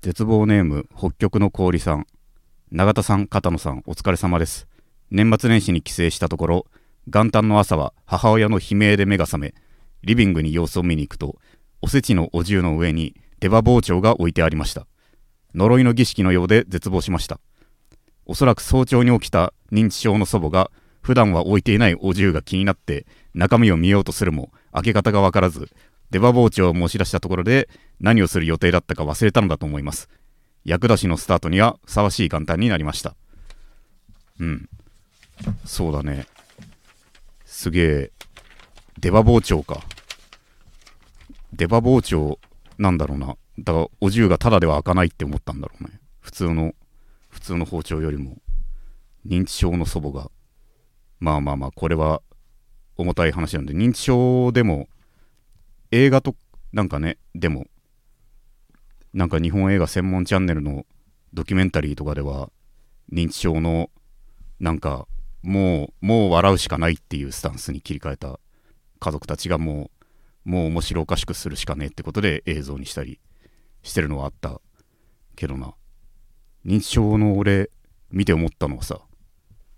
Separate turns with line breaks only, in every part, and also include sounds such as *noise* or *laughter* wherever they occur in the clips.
絶望ネーム北極の氷さん永田さん片野さんお疲れ様です年末年始に帰省したところ元旦の朝は母親の悲鳴で目が覚めリビングに様子を見に行くとおせちのお重の上に出刃包丁が置いてありました呪いの儀式のようで絶望しましたおそらく早朝に起きた認知症の祖母が普段は置いていないお重が気になって中身を見ようとするも開け方がわからず出刃包丁を持ち出したところで何をする予定だったか忘れたのだと思います役出しのスタートにはふさわしい元旦になりましたうんそうだねすげえ出刃包丁か出刃包丁なんだろうなだからお重がただでは開かないって思ったんだろうね普通の普通の包丁よりも認知症の祖母がまあまあまあこれは重たい話なんで認知症でも映画となんかねでもなんか日本映画専門チャンネルのドキュメンタリーとかでは認知症のなんかもうもう笑うしかないっていうスタンスに切り替えた家族たちがもうもう面白おかしくするしかねえってことで映像にしたりしてるのはあったけどな認知症の俺見て思ったのはさ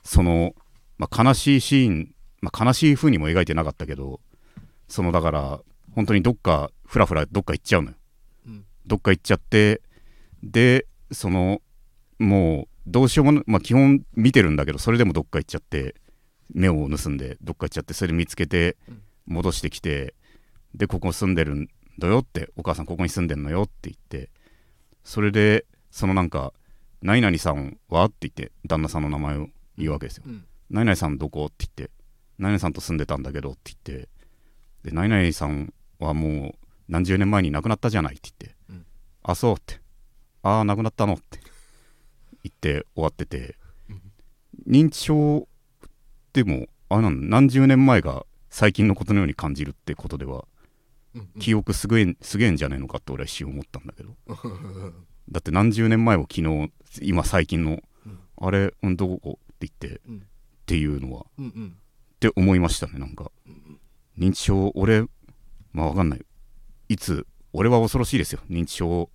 その、まあ、悲しいシーン、まあ、悲しい風にも描いてなかったけどそのだから本当にどっかフラフラどっか行っちゃうのよ
うん
どっか行っちゃってでそのもうどうしようもなまあ基本見てるんだけどそれでもどっか行っちゃって目を盗んでどっか行っちゃってそれ見つけて
うん
戻してきてでここ住んでるんだよってお母さんここに住んでんのよって言ってそれでそのなんか「何々さんは?」って言って旦那さんの名前を言うわけですよ
うん
何々さんどこって言って何々さんと住んでたんだけどって言ってで何々さんはもう何十年前に亡くなったじゃないって言って、
うん
あそうってああ亡くなったのって言って終わってて認知症でもあれなの何十年前が最近のことのように感じるってことでは
うんうん
記憶すげえんすげえんじゃねえのかって俺は一瞬思ったん
*laughs*
だけど
うん
だって何十年前も昨日今最近の、
うん
あれうんどこって言って、
うん
っていうのは
うんうん
って思いましたねなんか認知症俺まあわかんないいつ俺は恐ろしいですよ認知症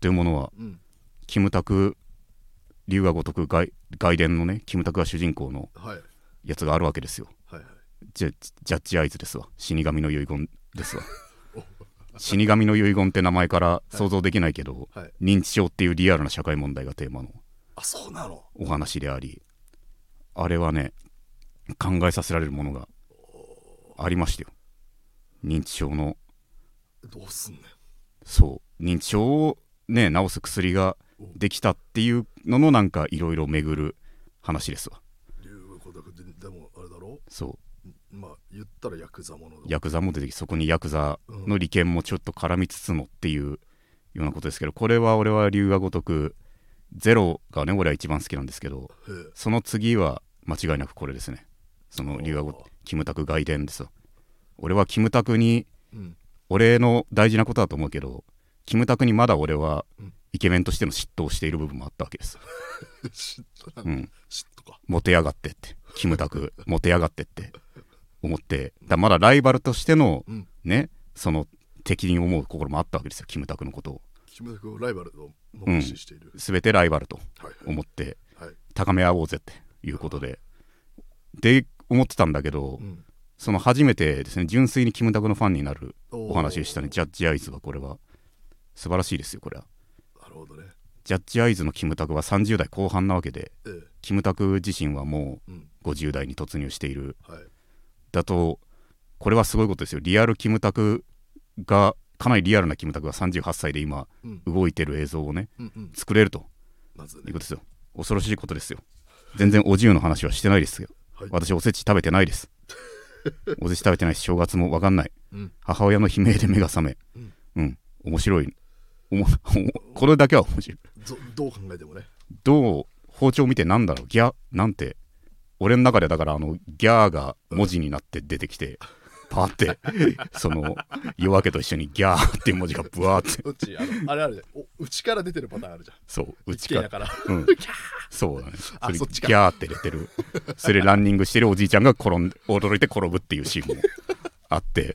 というものは
うん
キムタク龍が如く外外伝のねキムタクが主人公の
はい
やつがあるわけですよ
はいはい
ジャジャッジアイズですわ死神の遺言ですわ死神の遺言って名前から想像できないけど、
はい
認知症っていうリアルな社会問題がテーマの
あそうなの
お話でありあれはね考えさせられるものがありましたよ認知症の
どうすんねん
そう認知症をね治す薬ができたっていうののなんかいろいろ巡る話ですわ
龍が如くででもあれだろ
そ
まあ言ったらヤクザもの
うヤクザも出てきてそこにヤクザの利権もちょっと絡みつつのっていうようなことですけどこれは俺は龍が如くゼロがね俺は一番好きなんですけど
へえ
その次は間違いなくこれですねその龍が
お
如
ー
くキムタク外伝ですよ俺はキムタクに
うん
俺の大事なことだと思うけどキムタクにまだ俺は
うん
イケメンとしての嫉妬をしている部分もあったわけです、
嫉妬
う
なん
ん、
嫉妬か
モテやがってってキムタクモテやがってって思ってだまだライバルとしての
うん
ねその敵に思う心もあったわけですよキムタクのことを
キムタクをライバルの無視している
全てライバルと
はい
思って
はいはい
高め合おうぜっていうことでで思ってたんだけど、
うん
その初めてですね純粋にキムタクのファンになる
お
お話でしたねジ
ゃ
ャッジアイズはこれは素晴らしいですよこれは
なるほどね
ジャッジアイズのキムタクは30代後半なわけで
ええ
キムタク自身はも
うん
う50代に突入している
はい
だとこれはすごいことですよリアルキムタクがかなりリアルなキムタクが38歳で今
うん
動いてる映像をね
うんうん
作れると
まず
いうこ
ね
とですよ恐ろしいことですよ全然お重の話はしてないですよ
はい
私おせち食べてないですおせち食べてないし正月もわかんない
うん
母親の悲鳴で目が覚め
うん
うん、面白いおも *laughs* これだけは面白い
ぞどう考えてもね
どう包丁見てなんだろうギャなんて俺の中でだからあのギャーが文字になって出てき
*laughs*
てパーってその夜明けと一緒にギャーっていう文字がブワーって
うちあのあれあれおうちから出てるパターンあるじゃん
そううち
一軒
か
家から
うんそうだね
あ
れ
そっちか
ギャーって出てるそれランニングしてるおじいちゃんが転ん驚いて転ぶっていうシーンもあってっ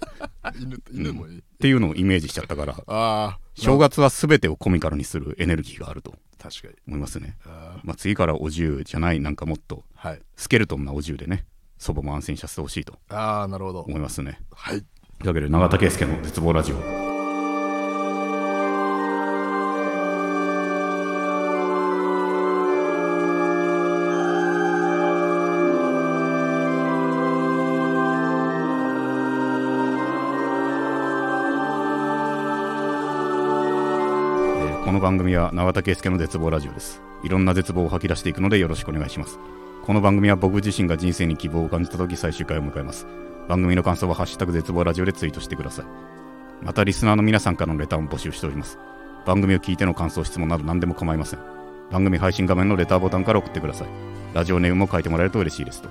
犬犬もいい、
ていうのをイメージしちゃったから
ああ
正月は全てをコミカルにするエネルギーがあると
確かに
思いますね、
あ
まあ、次からお重じゃないなんかもっと
ーはい
スケルトンなお重でね祖母も安心させてほしいと
ああなるほど
思いますね
はい
というわけで永田圭介の絶望ラジオえーこの番組は永田圭介の絶望ラジオですいろんな絶望を吐き出していくのでよろしくお願いしますこの番組は僕自身が人生に希望を感じた時最終回を迎えます番組の感想は「ハッシュタグ絶望ラジオ」でツイートしてくださいまたリスナーの皆さんからのレターも募集しております番組を聞いての感想質問など何でも構いません番組配信画面のレターボタンから送ってくださいラジオネームも書いてもらえると嬉しいですと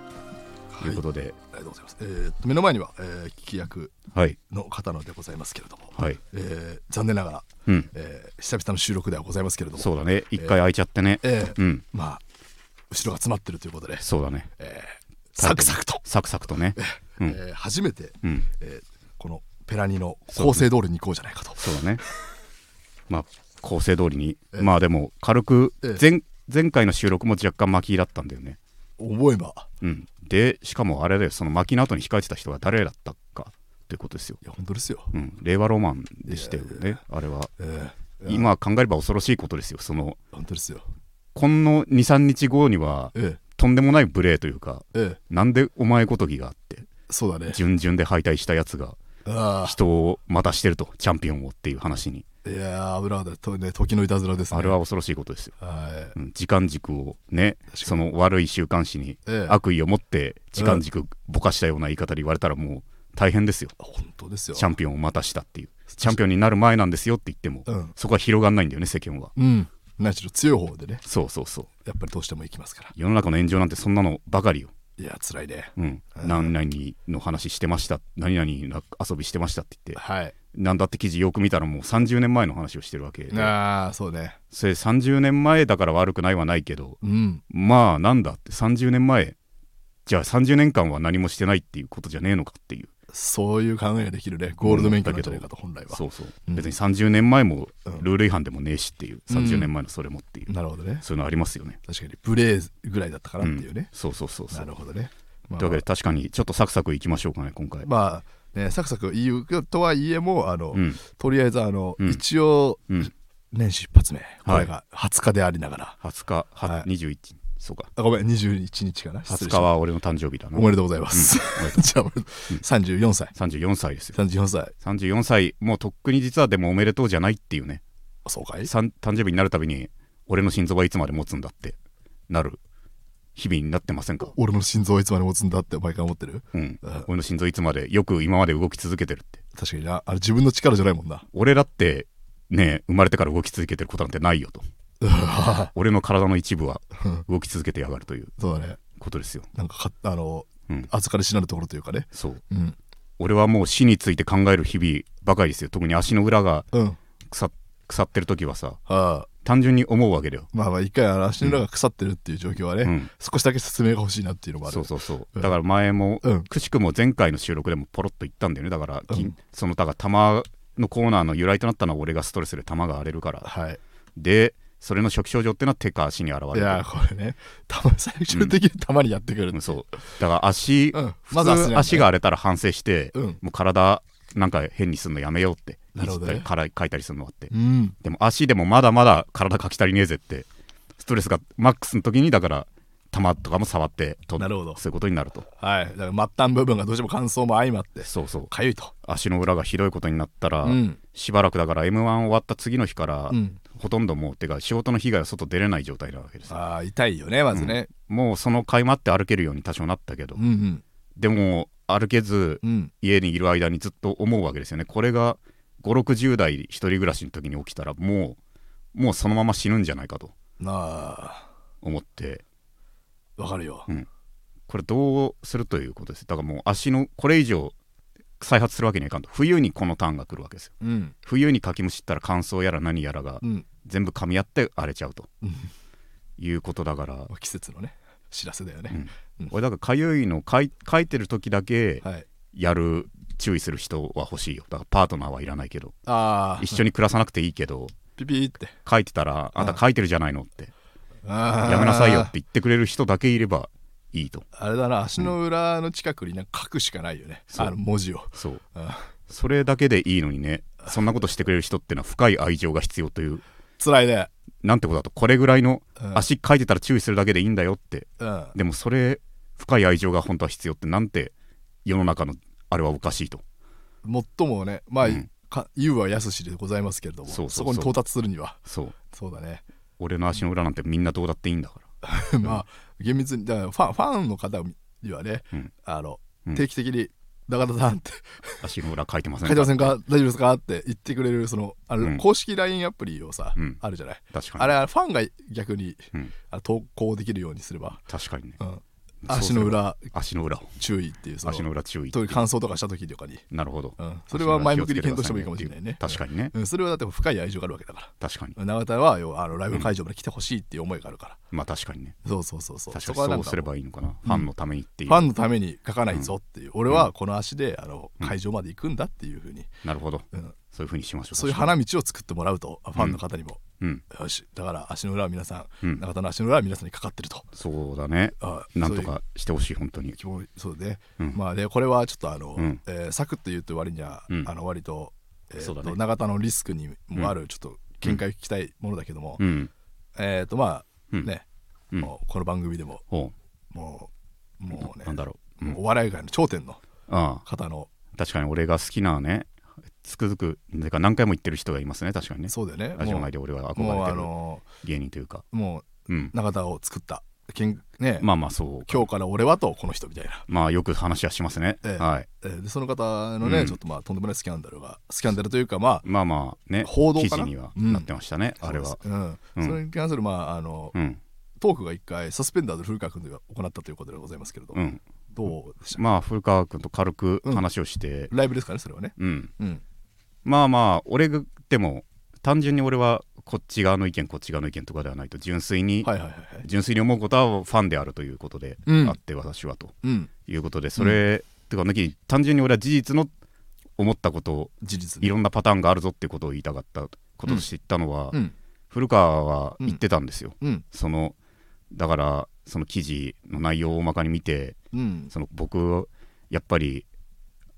いうことで
ありがとうございます、えーっと目の前には、えー聞き役
はい
の方のでございますけれども、
はい
えー残念ながら、
うん
えー久々の収録ではございますけれども
そうだね一回空いちゃってね、
えー
うん
まあ後ろが詰まってるということで、
そうだね
えーサクサクと、
サクサクとねうん
えー初めて、
うん
えーこのペラニの構成通りに行こうじゃないかと
そうだね。 *laughs* まあ、構成通りに。まあでも、軽く
ええ、
前、前回の収録も若干巻きだったんだよね。
思えば
うん。で、しかもあれだよ、その巻きの後に控えてた人が誰だったかということですよ
い。や本当ですよ、
うん。令和ロマンでしたよね、あれは。
えーいや
今考えれば恐ろしいことですよ。その、
本当ですよ
この2、3日後には、
ええ
とんでもない無礼というか、
ええ
なんでお前ごときがあって、
そうだね
順々で敗退したやつが、
ああ
人を待たしてると、チャンピオンをっていう話に。
いやー油だとね時のいたずらですね
あれは恐ろしいことですよ。
はい
うん時間軸をね
かに
その悪い週刊誌に
ええ
悪意を持って時間軸ぼかしたような言い方で言われたらもう大変ですよ
本当ですよ
チャンピオンを待たしたっていうチャンピオンになる前なんですよって言っても、
うん
そこは広がんないんだよね世間は
うん何しろ強い方でね
そうそうそう
やっぱりどうしても行きますから
世の中の炎上なんてそんなのばかりよ、
いや辛いね
うん、何々の話してました何々の遊びしてましたって言って
はい
なんだって記事よく見たらもう30年前の話をしてるわけで
ああそうね
それ30年前だから悪くないはないけど
うん
まあなんだって30年前じゃあ30年間は何もしてないっていうことじゃねえのかっていう
そういう考えができるねゴールド免許なんじゃないかと本来は
そうそう、
うん
別に30年前も
うん
ルール違反でもねえしっていう、
うん
30年前のそれもっていう、
なるほどね
そういうのありますよね
確かにブレーぐらいだったからっていう
うん
ね、
そうそうそうそ
な
う
るほどねまあ
というわけで確かにちょっとサクサクいきましょうかね今回、
まあねサクサク言うとはいえもあの、
うん
とりあえずあの、
うん
一応、
うん
年始一発目これが20日でありながら、
20日は、
はい
21そうか
あごめん21日かな失
20
礼
日
しま
は俺の誕生日だ
した
な
おめでとうございます、 *laughs* じゃあ34歳
34歳ですよ
34歳
34歳もうとっくに実はでもおめでとうじゃないっていうね
そうかい
さん誕生日になるたびに俺の心臓はいつまで持つんだってなる日々になってませんか
俺の心臓はいつまで持つんだって毎回思ってる
うん
うん、
俺の心臓いつまでよく今まで動き続けてるって
確かになあれ自分の力じゃないもんな *laughs*
俺だってね生まれてから動き続けてることなんてないよと俺の体の一部は動き続けてやがるという
そうだね
ことですよ、
なんかかあの
うん、
預かり知らぬところというかね
そう
うん
俺はもう死について考える日々ばかりですよ特に足の裏が
うん
腐腐ってる時はさ
ああ
単純に思うわけだよ、
まあまあ一回あの足の裏が腐ってるっていう状況はね、
うん
少しだけ説明が欲しいなっていうのもある
そうそうそうだから前も、
うん
くしくも前回の収録でもポロっと言ったんだよねだから、き
うん
そのだから玉のコーナーの由来となったのは俺がストレスで玉が荒れるから
はい
でそれの初期症状ってのは手か足に現れる
いやーこれねたま最終的にたまにやってくるん
う
で
ん
す、
そうだから足、
うん
普
まずは足なん
通
だ
足が荒れたら反省して、
うん
もう体なんか変にすんのやめようって
なるほどね
いじったりから書いたりするのあって、
うん、
でも足でもまだまだ体かき足りねえぜってストレスがマックスの時にだから玉とかも触ってと
なるほど
そういうことになると
はいだから末端部分がどうしても乾燥も相まって
そうそう
かゆいと
足の裏がひどいことになったら、
うん
しばらくだから m 1終わった次の日から、
うん
ほとんどもうてか仕事の被害は外出れない状態なわけですよ
あー痛いよねまずね、
もうその垣間って歩けるように多少なったけど、
うん、うん
でも歩けず
うん
家にいる間にずっと思うわけですよねこれが560代一人暮らしの時に起きたらもうもうそのまま死ぬんじゃないかと
なあ
思って
わかるよ、
これどうするということですだからもう足のこれ以上再発するわけにはいかんと冬にこのターンが来るわけですよ
うん
冬にかきむしったら乾燥やら何やらが
うん
全部噛み合って荒れちゃうと
うん
いうことだから、
季節のね知らせだよ
う
ね、
ん、俺だからかゆいのかい書いてる時だけ
はい
やる注意する人は欲しいよだからパートナーはいらないけど
ああ、
*laughs* 一緒に暮らさなくていいけど
ピピって。
書いてたらあんた書いてるじゃないのって
あー
やめなさいよって。言ってくれる人だけいればいいと
あれだな、足の裏の近くになんか書くしかないよね。
そう
あの文字を。
そう
あ
それだけでいいのにねそんなことしてくれる人ってのは深い愛情が必要という
辛いね。
なんてことだとこれぐらいの
うん
足書いてたら注意するだけでいいんだよって
うん。
でもそれ深い愛情が本当は必要ってなんて世の中のあれはおかしいと
もっともね、まあ、
うん
か言うはやすしでございますけれども、
そうそうそう
こに到達するには、
そう
そうだね。
俺の足の裏なんてみんな *laughs* どうだっていいんだから
まあ、厳密に、だからファンファンの方にはね、
うん
あの、
うん
定期的に、中田さんって、
足の裏書いてませ
書
んか
いてませんか大丈夫ですかって言ってくれる、その、あの
うん
公式 LINE アプリをさ、
うん
あるじゃない。
確かに
あれはファンが逆に、
うん
あ投稿できるようにすれば、
確かにね
うん
そうす
足
れば
の裏
足の裏を
注意っていう、その
足の裏注意
という感想とかした時とかに、
なるほど、
うんそれは前向きに検討してもいいかもしれないね。
確かにね
うん、それはだって深い愛情があるわけだから。
確かに
永田は要はあのライブ会場まで来てほしいっていう思いがあるから、
まあ確かにね
そうそうそうそう
確
そ
か
こはな
にそう
んか
すればいいのかなファンのためにってい
フ
う
ァンのために書かないぞっていう、俺はこの足であの会場まで行くんだっていうふうに、
なるほど
うん
そういうふうにしましょう
そういう花道を作ってもらうとあファンの方にも、
うん
よしだから足の裏は皆さん、
うん
永田の足の裏は皆さんにかかってると
そうだね
あ
なんと
そういう
かしてほしい本当に
気もそうね、
うん
まあでこれはちょっとあの、
うん
えーサクッと言うと割には、
うん
あの割と,、えー
そうだね
と永田のリスクにもあるちょっと見解を聞きたいものだけども、
うん
えっ、とまあ
うん
ね、
うん
もうこの番組でも
ほ
もう、もう
う
ね
なん、だろううん
お笑い界の頂点の
あ
方の、
あ確かに俺が好きなねつくづくてか何回も言ってる人がいますね確かにね
そうだよね、
ラジオ
も
内で俺は
う、も
憧
う
れ
あ
てる
の
芸人というか
ーも
うん
う、永田を作った、けんね、
まあまあそうか
今日から俺はとこの人みたいな。
まあよく話はしますね
ええ
はい
えーでその方のね、
うん
ちょっとまあとんでもないスキャンダルが、スキャンダルというか、まあ、
まあまあね
報道
記
か
事
な
にはなってましたねあれは
そうですうん
うん
それに関する、まああの
うん
トークが一回、サスペンダーズ古川君で行ったということでございますけれど、
うん
どうでした、
まあ古川君と軽く話をして
ライブですかね、それはね。
うん
うん、
まあまあ俺がでも単純に俺はこっち側の意見こっち側の意見とかではないと純粋に、
はいはいはいはい。
純粋に思うことはファンであるということで、
うん
あって私はと
うん、
いうことでそれ、てか抜きに単純に俺は事実の思ったことを
事実
い
に。
ろんなパターンがあるぞっていうことを言いたかったこととして言ったのは、
うん、
古川は言ってたんですよ、
うん、
そのだからその記事の内容を大まかに見て
うん、
その僕やっぱり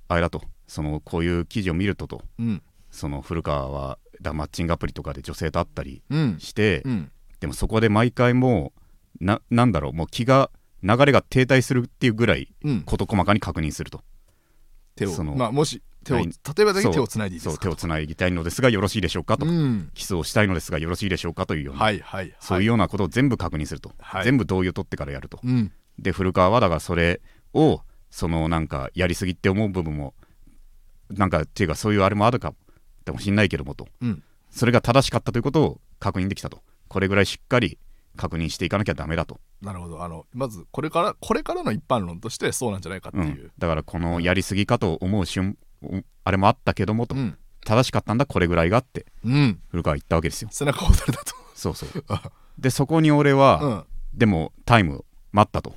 あれだとそのこういう記事を見るとと
うん、
その古川はだマッチングアプリとかで女性と会ったり
うん、
して、
うん、
でもそこで毎回もうななんだろうもう気が流れが停滞するっていうぐらい
うん、
事細かに確認すると
手を
その
まあもし手を
は
例
い
えばだけ
そう
手をつないでいいで
そ
す
う
か
手をつなぎたいのですがよろしいでしょうかと、
うん
キスをしたいのですがよろしいでしょうかというような、
はいはいはい
そういうようなことを全部確認すると、
はい
全部同意を取ってからやると、
うん
で古川はだからそれをそのなんかやりすぎって思う部分もなんかっていうかそういうあれもあるかもしんないけどもと
うん
それが正しかったということを確認できたとこれぐらいしっかり確認していかなきゃダメだと、
なるほどあのまずこれからこれからの一般論としてそうなんじゃないかって
う、
いうん
だからこのやりすぎかと思う瞬おあれもあったけどもと、
うん
正しかったんだこれぐらいがあって
うん
古川は言ったわけですよ
背中を押されたと
そうそう
あ
でそこに俺
う
は、
ん
でもタイムを待ったと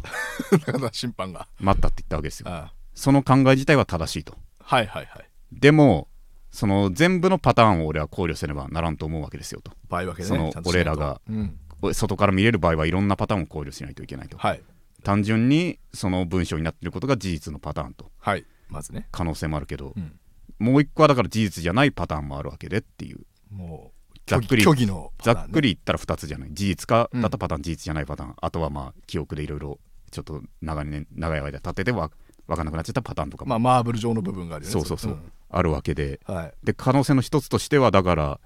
だから審判が
待ったって言ったわけですよ
あ
その考え自体は正しいと
はいはいはい
でもその全部のパターンを俺は考慮せねばならんと思うわけですよと
場合分けで
その
ねちゃんとしないと
俺らが
うん
お外から見れる場合はいろんなパターンを考慮しないといけないと、
はい
単純にその文章になっていることが事実のパターンと
はいまずね
可能性もあるけど、
うん
もう一個はだから事実じゃないパターンもあるわけでっていう
もう
ざっくり
虚偽の
ざっく
り
り言ったら2つじゃない事実か
うん
だったパターン、事実じゃないパターンあとはまあ記憶でいろいろちょっと長い,、ね、長い間経っててわ分かんなくなっちゃったパターンとかも
まあマーブル状の部分があるよね
そうそうそう、
ん
あるわけで
はい
で可能性の一つとしてはだから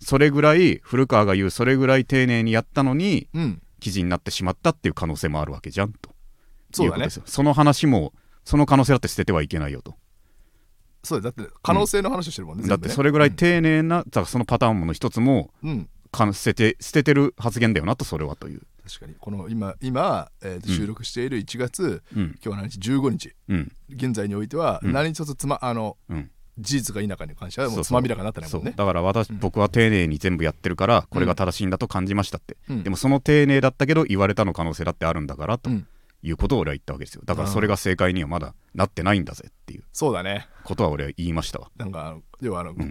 それぐらい古川が言うそれぐらい丁寧にやったのに
うん
記事になってしまったっていう可能性もあるわけじゃんとい
そうだ
うこと
ね
ですよその話もその可能性だって捨ててはいけないよと、
そうだだって可能性の話をしてるもんね
だ
全
っ
部
て
ね
それぐらい丁寧な、だからそのパターンの一つも
うん
か捨てて捨ててる発言だよなとそれはという
確かにこの今今、えーと
うん
収録している1月、
うん
今日は何日15日
うん
現在においては
うん
何一つつま、あの
うん
事実が否かに関してはも
そうう
つ
そう
まびらかになってない
そ
もん
う
ね
だから私、僕は丁寧に全部やってるからこれが正しいんだと感じましたって、
うん
でもその丁寧だったけど言われたの可能性だってあるんだからと
うん
いうことを俺は言ったわけですよだからそれが正解にはまだなってないんだぜっていう
そうだね
ことは俺は言いましたわ
なんかあの要はあの、
ん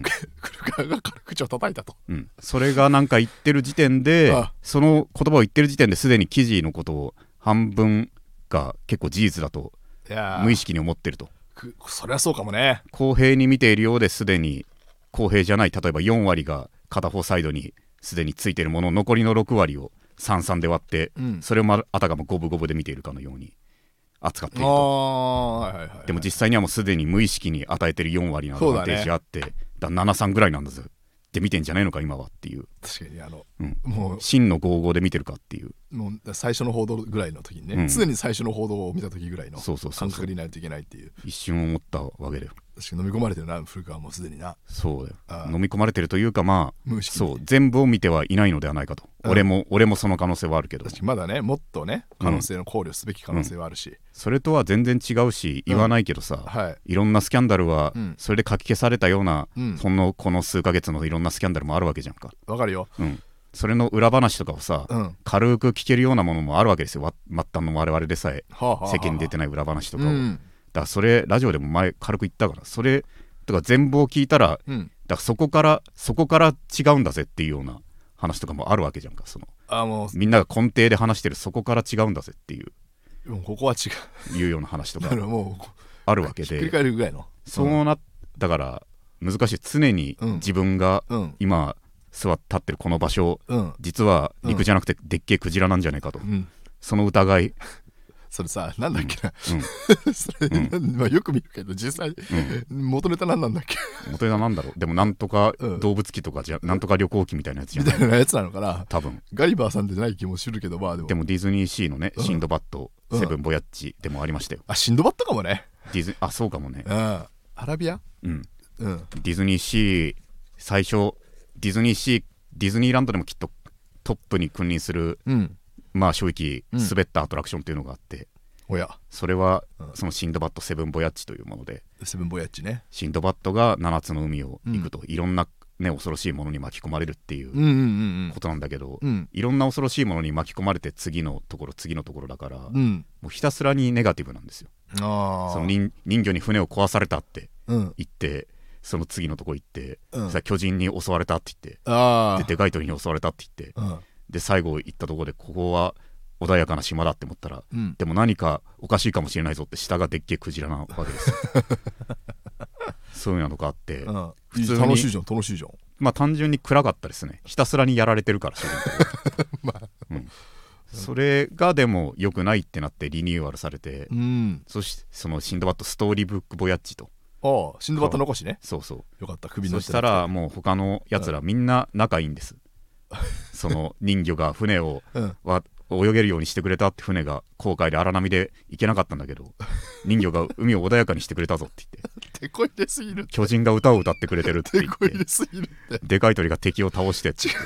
*laughs* 黒川が軽口を叩いたと
うん、それがなんか言ってる時点で
あ
その言葉を言ってる時点ですでに記事のことを半分が結構事実だと
いやー
無意識に思ってると
くそりゃそうかもね
公平に見ているようですでに公平じゃない例えば4割が片方サイドにすでについてるもの残りの6割を33で割って、
うん
それをまあたかも五分五分で見ているかのように扱ってい
あ
ると
あはいはいはい
でも実際にはもうすでに無意識に与えてる4割のアド
そう
バ
だ
ン
ね
テージがあってだ,、73ぐらいなんだぜって見てんじゃねえのか今はっていう、
確かにあの
うん、
も
真の55で見てるかっていう
うもう最初の報道ぐらいの時に
う
ね
ん
常に最初の報道を見た時ぐらいの
そうそうそう
感
そう
覚にないといけないっていう
一瞬思ったわけだよ
確かに飲み込まれてるな古川もうすでにな
そうだよ
ああ
飲み込まれてるというかまあ
無意識に
そう全部を見てはいないのではないかと
うん
俺も俺もその可能性はあるけど
確かにまだねもっとね可能性の考慮すべき可能性はあるし、
それとは全然違うし言わないけどさ、
はい
いろんなスキャンダルは
うん
それで書き消されたような、
うん
ほんのこの数ヶ月のいろんなスキャンダルもあるわけじゃんか、
わかるよ
うん、それの裏話とかをさ、
うん
軽く聞けるようなものもあるわけですよわ末端の我々でさえ
はあはあはあ
世間に出てない裏話とかを、
う
だか
ん、
らそれラジオでも前軽く言ったからそれとか全貌を聞いたら
うん、
だからそこからそこから違うんだぜっていうような話とかもあるわけじゃんかその
あも
みんなが根底で話してるそこから違うんだぜっていう
うもうここは違
いうような話と
うな *laughs*
か
るほどもうこ
あるわけ
ひっくり
で
返るぐらいの
そうなだから難しい常に
うん
自分が
うん
今座って立ってるこの場所
うん
実は陸じゃなくてでっけえクジラなんじゃないかと
うん
その疑い
それさなんだっけな、
うん
*laughs* それ、まあ、よく見るけど実際、元ネタ何なんだっけ
元枝なんだろうでもなんとか
うん
動物記とかじゃなんとか旅行記みたいなやつじゃ
み
ない
たいなやつなのかな
多分
ガリバーさんでない気もするけどまあでも
でもディズニーシーのねシンドバッド
うん
セブンボヤッジでもありましたよ
あシンドバッドかもね
ディズあそうかもね
うんアラビア
うん
うん
ディズニーシー最初ディズニーシーディズニーランドでもきっとトップに君臨する
うん
まあ正直
うん
滑ったアトラクションというのがあって、
おや
それは
うん
そのシンドバッド・セブン・ボヤッジというもので
セブンボヤッチね
シンドバッドが7つの海を行くと、いろんな、ね、恐ろしいものに巻き込まれるっていう
うんうん
ことなんだけど、
うんうん
いろんな恐ろしいものに巻き込まれて次のところ次のところだから、も
うん
うひたすらにネガティブなんですよ。
ああ
その人人魚に船を壊されたって
うん
言ってその次のとこ行って、
うん
さ巨人に襲われたって言って
あ
ででかい鳥に襲われたって言って
あうん
で最後行ったところでここは穏やかな島だって思ったら、
うん
でも何かおかしいかもしれないぞって下がでっけえクジラなわけ
*laughs*
ですよそういうのとかあって、
うん
普通に
楽しいじゃん楽しいじゃん
まあ単純に暗かったですねひたすらにやられて
*laughs*
るから主人公うんそれがでも良くないってなってリニューアルされて、
うん
そしてそのシンドバッドストーリーブックボヤッジと
ああシンドバッド残しね
そうそう
よかった首の
そしたらもう他のやつらみんな仲いいん
*laughs*
です、その人魚が船を
うん
は泳げるようにしてくれたって船が航海で荒波で行けなかったんだけど人魚が海を穏やかにしてくれたぞって言って
手こ入れすぎる
巨人が歌を歌ってくれてるって
手
言っ
こ入
て
れ *laughs* すぎるって
でかい鳥が敵を倒して
違う違う違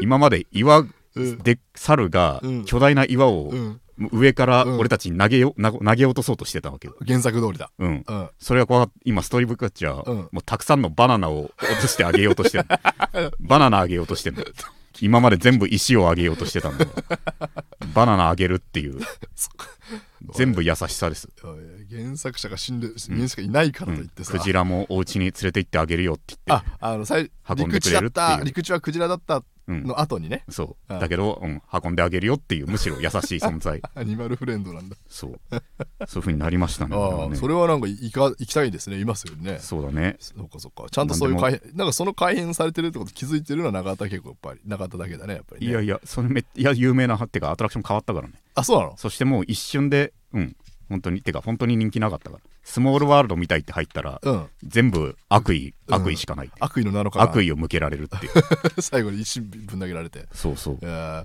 今まで岩
う違う
で猿が
うん
巨大な岩を
うんうん
上から
うん
俺たちに投げよな投げ落とそうとしてたわけよ、
原作通りだ
うん、
うん
それはこう今ストーリーブックッチャー、
うん
もうたくさんのバナナを *laughs* 落としてあげようと
*laughs*
してるバナナあげようとしてる今まで全部石をあげようとしてたんだからバナナあげるって
*laughs*
いう
そっか
全部優しさです、
原作者が死んで原作者いないからといってさ
クジラもお家に連れて行ってあげるよって言っ
あ
て
あの最
運んで
陸
く
地
れ
だ
るっ
って
いう
た陸地はクジラだった
うん
の後にね
そう
あ
だけど、うん、運んであげるよっていうむしろ優しい存在
アニマルフレンドなんだ *laughs*
そうそういう風になりましたね俺は
ああ
ね
それはなんかいか行きたいですねいますよね
そうだね
そうかそうかちゃんとそういう改変なんかその改変されてるってこと気づいてるのは永田結構やっぱり永田だけだねやっぱり
い
ね
やいやそれめっいや有名なってかアトラクション変わったからね
あそうなの
そしてもう一瞬でうん本当にてか本当に人気なかったからスモールワールドみたいって入ったら
うん
全部悪意
うん
悪意しかない、
悪意の7日
悪
意
意を向けられるっていう
*laughs* 最後に一瞬ぶん投げられて
そうそう
えー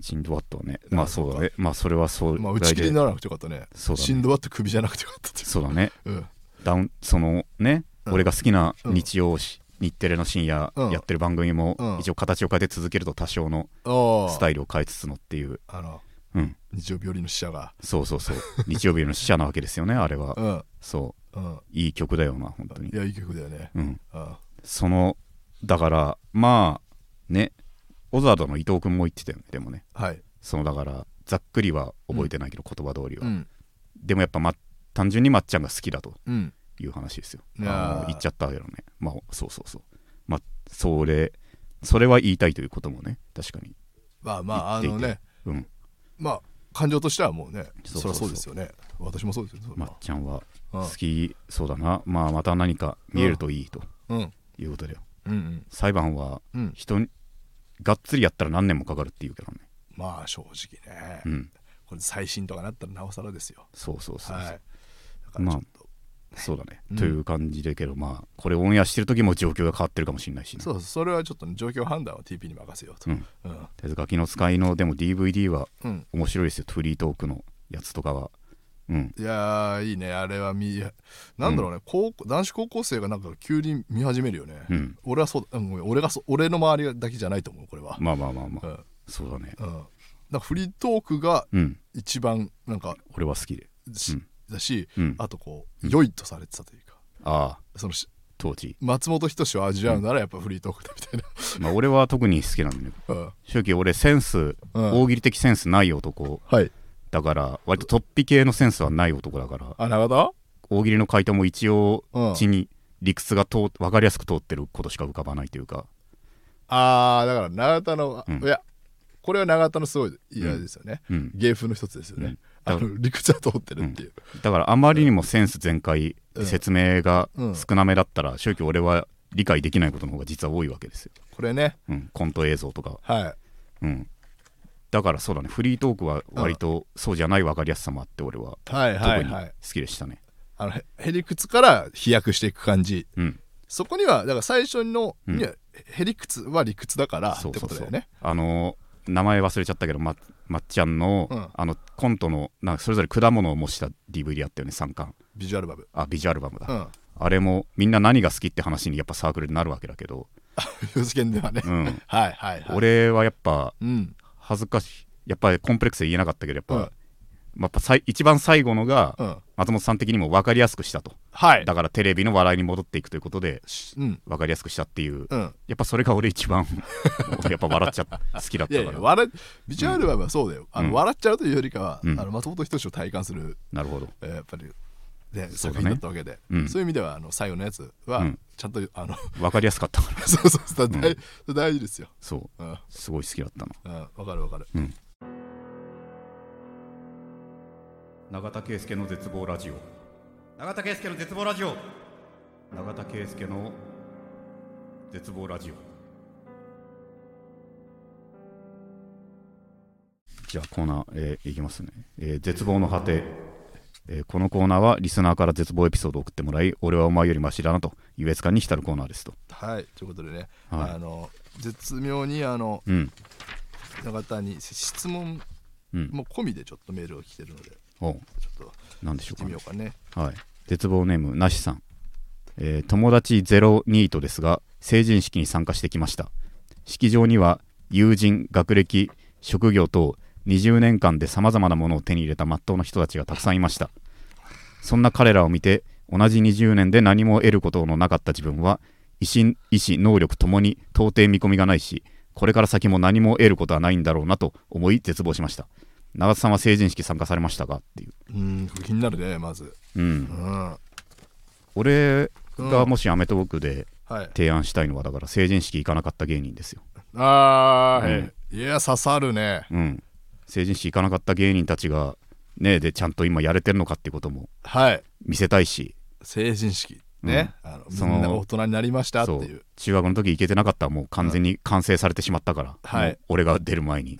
シンドバッドはね
あ
まあそうだねまあそれはそう
まあ
ぐ
打
ら
ち
い
切
で
りにならなくてよかったね
そうだね
振動あって首じゃなくてよかったって
そうだね
うん
ダウンそのね、
うん
俺が好きな
うん
日曜し、日テレの深夜
うん
やってる番組も
うん
一応形を変えて続けると多少の
ああ
スタイルを変えつつのっていう、
あの
うん、
日曜日よりの死者が
そうそうそう日曜日の使者なわけですよねあれは
うん
そ
うん
ういい曲だよな本当に
い、やいい曲だよね
うん、
あ
そのだからまあねオズワルドの伊藤君も言ってたよねでもね
あはい
そのだからざっくりは覚えてないけど、言葉通りは、
うん
でもやっぱ、ま、単純にまっちゃんが好きだと
うん
いう話ですよ
いやー
あー言っちゃったけどねまあそうそうそうまあそれそれは言いたいということもね確かに
まあまああ
言っ
の
ていて
ね
うん
まあ感情としてはもうね
そうそうそう
そりゃそうですよね私もそうですよそれ
まっ
は
ちゃんは
うん
好きそうだなまあまた何か見えるといいと
うん
いうことで
うん
裁判は
うんうん
人にがっつりやったら何年もかかるっていうけどね
まあ正直ね
うん
これ最新とかなったらなおさらですよ
そうそうそうそう、
はいだからちょっと
そうだね、
うん
という感じだけどまあこれオンエアしてる時も状況が変わってるかもしれないしね
そうそうそれはちょっとね状況判断は TP に任せようと
うん
う
と
ん
りあえずガキの使いのでも DVD は
うん
面白いですよフリートークのやつとかはうん
いやーいいねあれは見なんだろうね高校男子高校生がなんか急に見始めるよね
うん
俺はそううんごめん俺がそう俺の周りだけじゃないと思うこれは
まあまあまあまあ、
うん
そうだね
うんだからフリートークが
うん
一番なんか
俺は好きで
し
うん
だし、
うん
あとこう良いとされてたというか、
ああ
そのし
当時
松本人志を味わうならやっぱフリートークだみたい
まあ俺は特に好きなんだね
な、うん、
正直俺センス、大喜利的センスない男
はい
だから割と突飛系のセンスはない男だから
あ長田
大喜利の回答も一応
うん
地に理屈が通分かりやすく通ってることしか浮かばないというか
ああだから長田の、
うん
いやこれは長田のすごいいいあれですよね、
うん
芸風の一つですよね、
うん
あの理屈は通ってるっていう、
だからあまりにもセンス全開
うん
説明が
うん
少なめだったら正直俺は理解できないことの方が実は多いわけですよ、
これね
うん、コント映像とか、
はい
うん、だからそうだねフリートークは割とそうじゃない分かりやすさもあって俺は
はい
特
はい
に好
はい
きでしたね、
あのへへりくつから飛躍していく感じ
うん
そこにはだから最初の、
うん
にはへりくつは理屈だから
そうそう
ってこと
そ
だ
う、
よね
あのー名前忘れちゃったけどままっちゃんの,、
うん
あのコントのなんかそれぞれ果物を模した DVD あったよね3巻
ビジュアルバム
あビジュアルバムだ、
うん *laughs*
あれもみんな何が好きって話にやっぱサークルになるわけだけど、
世間ではね、
うん
はいはいはい
俺はやっぱ
うん
恥ずかしいやっぱりコンプレックスで言えなかったけどやっぱ,、
うん
やっぱさい一番最後のが、
うん
松本さん的にも分かりやすくしたと
はい
だからテレビの笑いに戻っていくということで
しうん
分かりやすくしたっていう、
うん
やっぱそれが俺一番 *laughs* やっぱ笑っちゃっ好きだっ
い
た
や
か
い
ら
や笑いビジュアルはそうだよ、あ
うん
の笑っちゃうというよりかは、
うん
あの松本人志を体感する、
なるほど
えーやっぱり、ね、
そう
作
だね
品だったわけでそう,、
うん
いう意味ではあの最後のやつは、
うん
ちゃんとあの *laughs*
分かりやすかったから
そうそうそう大,、大事ですよ、
そう
うんうん、
すごい好きだったな
わかるわかる
永田圭介の絶望ラジオ永田圭介の絶望ラジオ永田圭介の絶望ラジオじゃあコーナー、えーいきますね、えー絶望の果て、えーこのコーナーはリスナーから絶望エピソードを送ってもらい俺はお前よりマシだなと優越感に浸るコーナーですと
はいということでね、
はい
あの絶妙にあの
うん
永田に質問
うん
も込みでちょっとメールが来てるのでち
おう
ょっと
なんでし
聞
ょ
いうて
か
み
ね
ようかね
はい、絶望ネームなしさん、えー友達ゼロニートですが成人式に参加してきました式場には友人学歴職業等20年間でさまざまなものを手に入れた真っ当な人たちがたくさんいましたそんな彼らを見て同じ20年で何も得ることのなかった自分は意思意思能力ともに到底見込みがないしこれから先も何も得ることはないんだろうなと思い絶望しました長田さんは成人式参加されましたかっていう
うんこれ気になるねまず
うん
うんは
俺がもしアメトークで
い
提案したいのはだから成人式行かなかった芸人ですよ、
あー、
うん
いや刺さるね
うん、成人式行かなかった芸人たちがねでちゃんと今やれてるのかってことも
はい
見せたいし
成人式ね、あのみ
その
んなが大人になりましたって
そ
いう
う中学の時行けてなかったらもう完全に完成されてしまったから、
はい
もう俺が出る前
*laughs*
に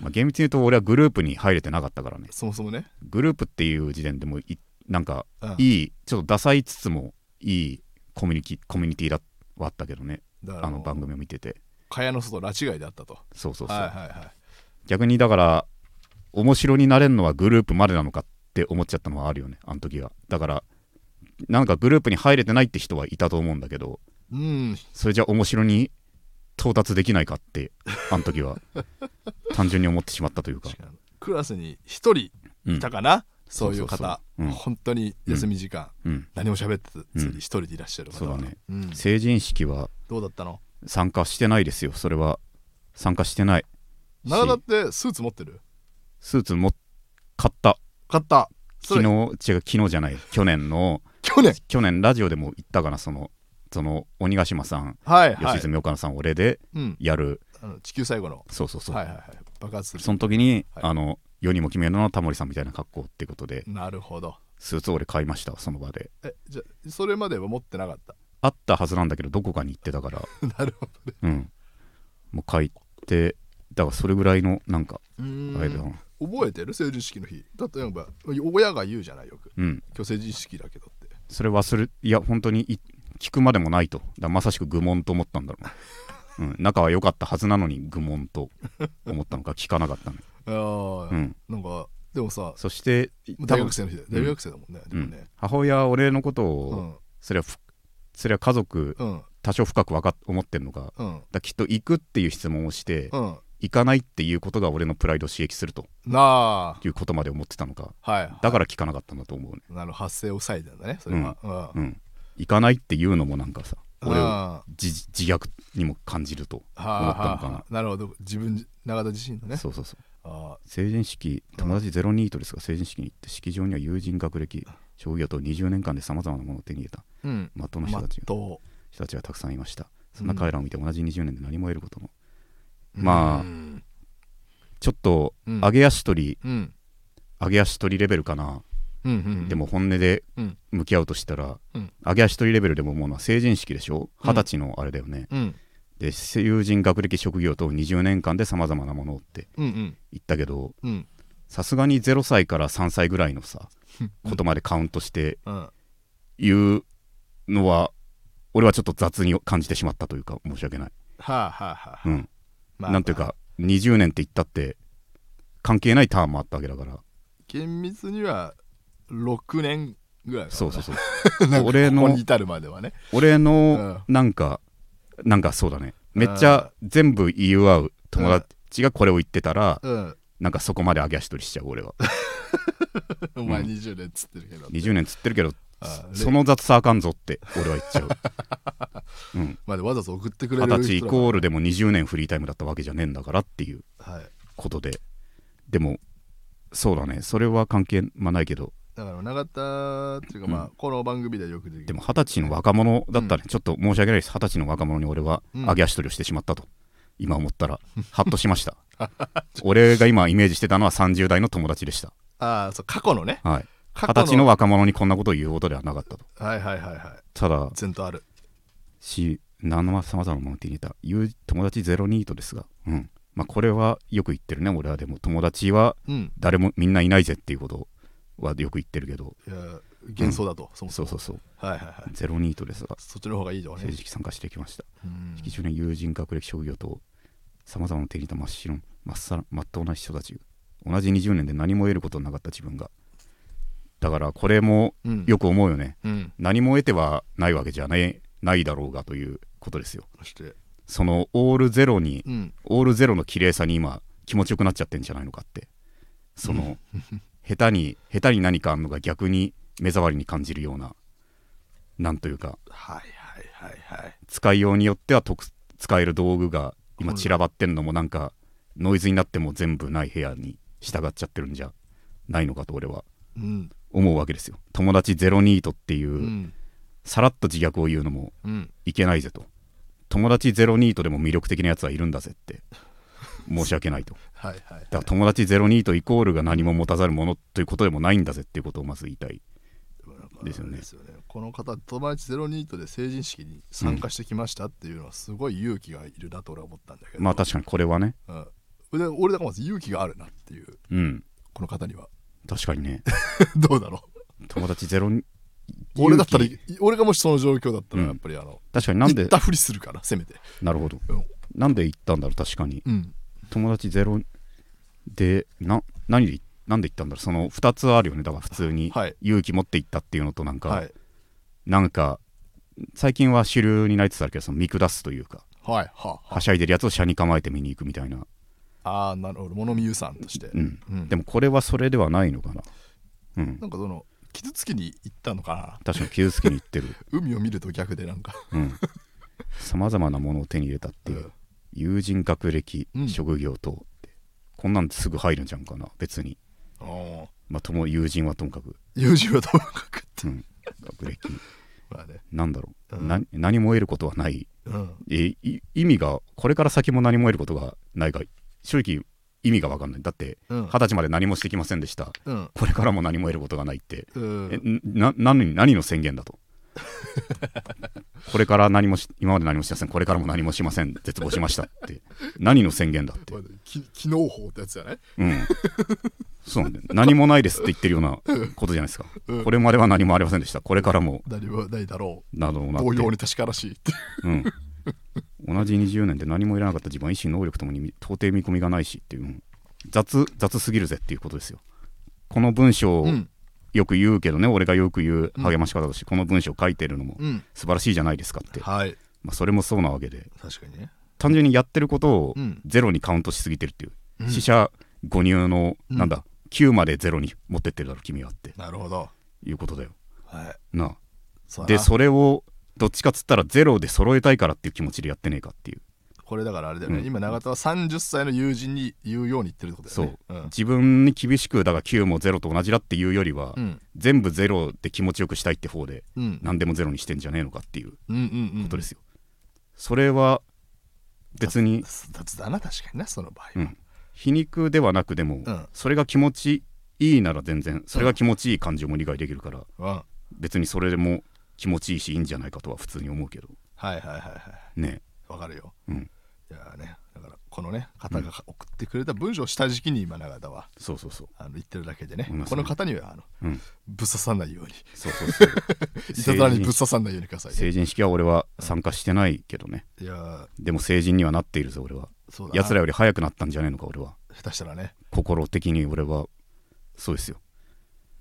まあ厳密に言うと俺はグループに入れてなかったからね
そもそもね、
グループっていう時点でもういなんか
うん
いいちょっとダサいつつもいいコミュニティコミュニティだはあったけどね
だから
あ
あ
の
の
番組を見てて
蚊帳の外拉致いであったと
そうそうそう、
はいはいはい
逆にだから面白になれるのはグループまでなのかって思っちゃったのはあるよねあの時はだからなんかグループに入れてないって人はいたと思うんだけど
うん
それじゃ面白に到達できないかってあの時は
*laughs*
単純に思ってしまったというか
確かにクラスに一人
うん
いたかな、そういう
そうそう
方
そううん
本当に休み時間、
うん
何も喋ってず
うん
に一人でいらっしゃる方
そ
は
うだね
ん
成人式は
どうだったの
参加してないですよそれは参加してない
長田ってスーツ持ってる
スーツも買った
買ったそ
昨
れ
日違う昨日じゃない去年の
去年
去年ラジオでも言ったかなそのその鬼ヶ島さん
はいは
吉
い、
住岡野さん俺で
うん、
やる、
あの地球最後の
そうそうそう、
はいはいはい爆発する
その時に、
はい
あの世にも決めるのタモリさんみたいな格好っていうことで
なるほど
スーツを俺買いましたその場で
えじゃあそれまでは持ってなかった *laughs*
あったはずなんだけどどこかに行ってたから
なるほどね
うんもう買いってだからそれぐらいのなんか
うーん
あれだな
覚えてる成人式の日だってなんか親が言うじゃないよく
うん
今日成人式だけどって
それ忘れいや本当にい聞くまでもないとだからまさしく愚問と思ったんだろ
*laughs*
うな、うん、仲は良かったはずなのに愚問と思ったのか聞かなか
*laughs*
ったの、
ああ、
うん、
なんかでもさ
そして多
大
分
学、生の日だよ
うん
大学生だもんね、
う
でも
ん
ね、
母親は俺のこと
う
を、
ん
それはふそれは家族
うん
多少深くわかっ思ってるのが
うん
だきっと行くっていう質問をして、
うん
行かないっていうことが俺のプライドを刺激すると
なあ
いうことまで思ってたのか
はい
だから聞かなかったんだと思うね、
なる発声を抑えてんだねそれは、うん
うん、行かないっていうのもなんかさ俺を
あ
自自虐にも感じると
ーはあ
思ったのかな
はあはあなるほど自分長田自身のね
そうそうそう
あ
成人式友達ゼロニートですが成人式に行って式場には友人学歴将棋と20年間でさまざまなものを手に入れた
ーうん
まっとうな人
まった
ちが
と
人たちがたくさんいましたそんな彼らを見て同じ20年で何も得ることも
う
まあ
うん
ちょっと
うん
上げ足取り
うん
上げ足取りレベルかな
うんうん
でも本音で
うん
向き合うとしたら、
うん
上げ足取りレベルでももうな成人式でしょ
うん
二十歳のあれだよね、
うん
で友人学歴職業と20年間でさまざまなものって
うんうん
言ったけど
うん
さすがに0歳から3歳ぐらいのさ
うん
ことまでカウントして
うん
言うのは俺はちょっと雑に感じてしまったというか申し訳ない、
はあはあはあ
うん
まあ
なんていうか20年って言ったって関係ないターンもあったわけだから
厳密には6年ぐらいかな
そうそうそう
*laughs* なんか
俺の
ここに至るまではね
俺の
う
なんかなんかそうだねめっちゃ全部言い合う友達がこれを言ってたら
ん
なんかそこまで上げ足取りしちゃう俺は
お前20年っつってるけど
20年つってるけど
あ
その雑さあかんぞって俺は言っちゃううん
までわざわざ送ってくれ
二
る
十歳イコールでも20年フリータイムだったわけじゃねえんだからっていう
ールはい
ことででもそうだねそれは関係、まあ、ないけど
だから永田っていうかま
うん
あこの番組ではよくできる
でも二十歳の若者だったね、ちょっと申し訳ないです二十歳の若者に俺は
うん
上げ足取りをしてしまったと、今思った
*laughs*
らハッとしました俺が今イメージしてたのは30代の友達でした
ああそう過去のね
はい
過
二十
去
歳の若者にこんなことを言うことではなかったと
はいはいはいはい
ただ
全とある
し何のさまざまなものって言えた友友達ゼロニートですがうんまあこれはよく言ってるね俺はでも友達は
うん
誰もみんないないぜっていうことはよく言ってるけど
いや幻想だと、そもそ
そう
も
そうそう
はいはいはい
ゼロニートですが
そっちの方がいいよね
政治に参加してきました
うん
引き中年友人学歴職業とさまざまな手に入れた真っ白まっさらまっとうな人たち同じ20年で何も得ることなかった自分がだからこれも
うん
よく思うよね、
うん
何も得てはないわけじゃないないだろうがということですよ
そして
そのオールゼロに
うん
オールゼロの綺麗さに今気持ちよくなっちゃってんじゃないのかってその下手に下手に何かあんのが逆に目障りに感じるようななんというか
はいはいはいはい
使いようによっては特使える道具が今散らばってんのもなんかノイズになっても全部ない部屋に従っちゃってるんじゃないのかと俺は
うん
思うわけですよ友達ゼロニートっていう、
うん
さらっと自虐を言うのも
うん
いけないぜと友達ゼロニートでも魅力的なやつはいるんだぜって申し訳ない
*laughs*
と
はいはい
だから友達ゼロニートイコールが何も持たざるものということでもないんだぜっていうことをまず言いたい
なんか
ですよね
あれこの方友達ゼロニートで成人式に参加してきましたっていうのはすごい勇気がいるなと俺は思ったんだけど、
まあ確かにこれはね
うん、で俺だからまず勇気があるなっていう
うん
この方には *laughs*
確かにね
どうだろ
友達ゼロニ
う俺だったら
勇
俺がもしその状況だった
う
ら
ん
やっぱりあの、
確かになん
行
で
ったふりするからせめて
なるほど
うん
なんで行ったんだろう確かに
うん
友達ゼロでな何でなんで行ったんだろうその2つあるよねだから普通に
はい
勇気持って行ったっていうのとなんか、
はい
なんか最近は主流になりつつあるけどその見下すというか
はいはあ、
は
は
しゃいでるやつを車に構えて見に行くみたいな、
あ、あーなるほど物見優さんとして、
うん、
うん
でもこれはそれではないのかなうん
なんかその傷つきに行ったのか
確かに傷つきに行って
*laughs*
る
な海を見ると逆でなんか
さまざまなものを手に入れたっていう友人学歴、
うん
職業とこんなんすぐ入るんじゃんかな別に
あー
まあとも友人はともかく
友人はともかくって
うん学歴
まあね
なんだろう、
うん
な何も得ることはない
うん
えい意味がこれから先も何も得ることがないが正直意味が分かんないだって
うん
二十歳まで何もしてきませんでした
うん
これからも何も得ることがないって、
うん
えんな何何の宣言だとこれから何もし今まで何もしませんこれからも何もしません絶望しましたって何の宣言だって
まあねき機能法ってやつじゃない
うんそうなんだよ何もないですって言ってるようなことじゃないですか、
うん
これまでは何もありませんでしたこれからも
何もないだろ
なども
う
なって
同様に確からしいって
うん、同じ20年で何もいらなかった自分は意思能力ともに到底見込みがないしっていう、うん雑雑すぎるぜっていうことですよこの文章を
うん
よく言うけどね、俺がよく言う
うん
励まし方としてこの文章を書いてるのも
うん
素晴らしいじゃないですかって、
はい
まあ、それもそうなわけで
確かにね
単純にやってることを
うん
ゼロにカウントしすぎてるっていう、
うん
死者誤入の
うん
なんだ、9までゼロに持ってってるだろ君はって
なるほど
いうことだよ
はい
なあ
そうだ
で
な
それをどっちかっつったらゼロで揃えたいからっていう気持ちでやってねえかっていう
これだからあれだよね、
うん
今永田は30歳の友人に言うように言ってるってことだよねうん
自分に厳しくだから9も0と同じだっていうよりは、
うん
全部0で気持ちよくしたいって方で
うん
何でも0にしてんじゃねえのかっていうこ
うんうんうん
とですよ、それは別に、
雑だな確かになその場合
う
は、
ん、皮肉ではなくでも、
うん
それが気持ちいいなら全然それが気持ちいい感情も理解できるから
うんはい
別にそれでも気持ちいいしいいんじゃないかとは普通に思うけど
はいはいはい
ね
わかるよ
えうん
いやーねだからこのね方が送ってくれた文章を下敷きに今永田は
そうそうそう
あの言ってるだけでね、
うん
この方にはあの
うん
ぶっ刺さないように
そうそうそう
*laughs* いたずらに
成
ぶっ
人
刺さないようにください、ね、
成人式は俺は参加してないけどね
いやー
でも成人にはなっているぞ俺は
そうだな
奴らより早くなったんじゃねえのか俺は
下手したらね
心的に俺はそうですよ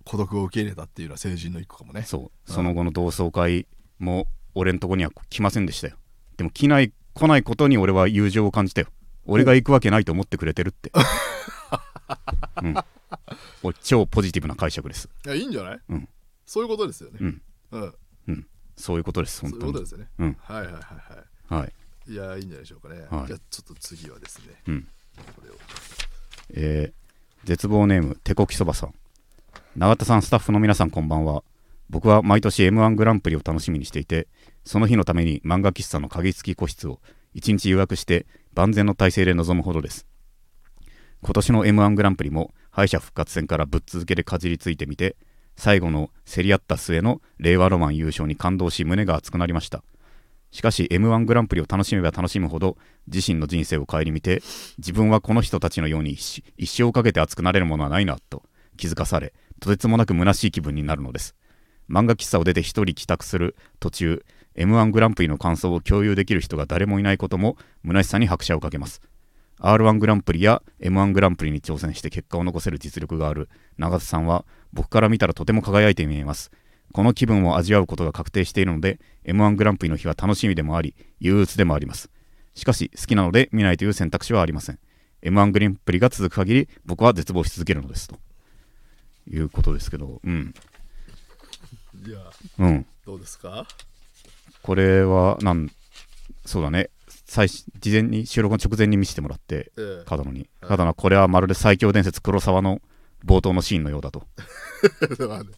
孤独を受け入れたっていうのは成人の一個かもね
そうその後の同窓会も俺んとこには来ませんでしたよでも来ない来ないことに俺は友情を感じたよ俺が行くわけないと思ってくれてる
*laughs*
って、うん、俺超ポジティブな解釈です
いやいいんじゃない、
うん
そういうことですよね
うん
うん、
うんそういうことです
そう
本
いう
当
こと
に
ですよね
うん
はいはいはいは
はい
いいやいいんじゃないでしょうかね、
はい
じゃあちょっと次はですね
うん
これを
えー絶望ネームてこきそばさん永田さんスタッフの皆さんこんばんは僕は毎年 m 1グランプリを楽しみにしていてその日のために漫画喫茶の鍵付き個室を1日予約して万全の体制で臨むほどです今年の m 1グランプリも敗者復活戦からぶっ続けでかじりついてみて最後の競り合った末の令和ロマン優勝に感動し胸が熱くなりましたしかし m 1グランプリを楽しめば楽しむほど自身の人生を顧みて自分はこの人たちのように一生一生かけて熱くなれるものはないなと気づかされとてつもなく虚しい気分になるのです漫画喫茶を出て一人帰宅する途中 m 1グランプリの感想を共有できる人が誰もいないことも虚しさに拍車をかけます r 1グランプリや m 1グランプリに挑戦して結果を残せる実力がある永田さんは僕から見たらとても輝いて見えますこの気分を味わうことが確定しているので m 1グランプリの日は楽しみでもあり憂鬱でもありますしかし好きなので見ないという選択肢はありません m 1グランプリが続く限り僕は絶望し続けるのですということですけどうん
いや
うん
どうですか
これはなんそうだね最初事前に収録の直前に見せてもらって
ええ
片野に
はい
片野はこれはまるで最強伝説黒沢の冒頭のシーンのようだと
*laughs* だからね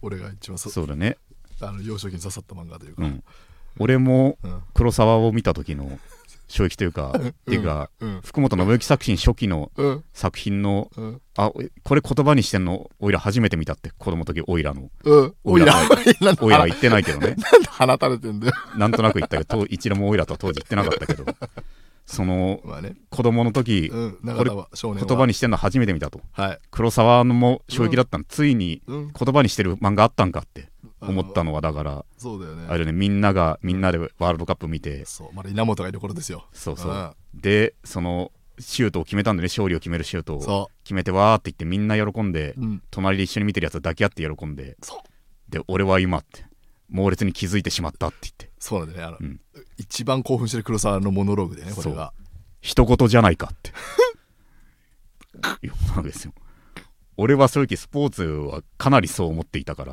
俺が一番そ
そうだね
あの幼少期に刺さった漫画というか、
うん俺も
うん
黒沢を見た時の衝撃というか、っていうか、
うん
福本信之作品初期の
うん
作品の
うん
あおいこれ言葉にしてんのおいら初めて見たって子供の時おいらの
うん
お
お
い
い
ら
らなん
おいらは言ってないけどね
で放たれてんだよ
なんとなく言ったけどと一度もおいらとは当時言ってなかったけどその
まあね
子供の時、
うん長田は少年は
言葉にしてんの初めて見たと
はい
黒沢のも衝撃だったの、ついに
うん
言葉にしてる漫画あったんかって
あの
思ったのはだから
そうだよね
あれだねみんながみんなでワールドカップ見て
そうまだ稲本がいる頃ですよ
そうそ
うん
うでそのシュートを決めたんでね勝利を決めるシュートを
そ
決めてわーって言ってみんな喜んで
ううん
隣で一緒に見てるやつは抱き合って喜んで
そう
で俺は今って猛烈に気づいてしまったって言って
そうなんだよねあ
う
の、
ん
一番興奮してる黒沢のモノローグでねこれが
一言じゃないかっていうことなんですよ俺は正直スポーツはかなりそう思っていたから、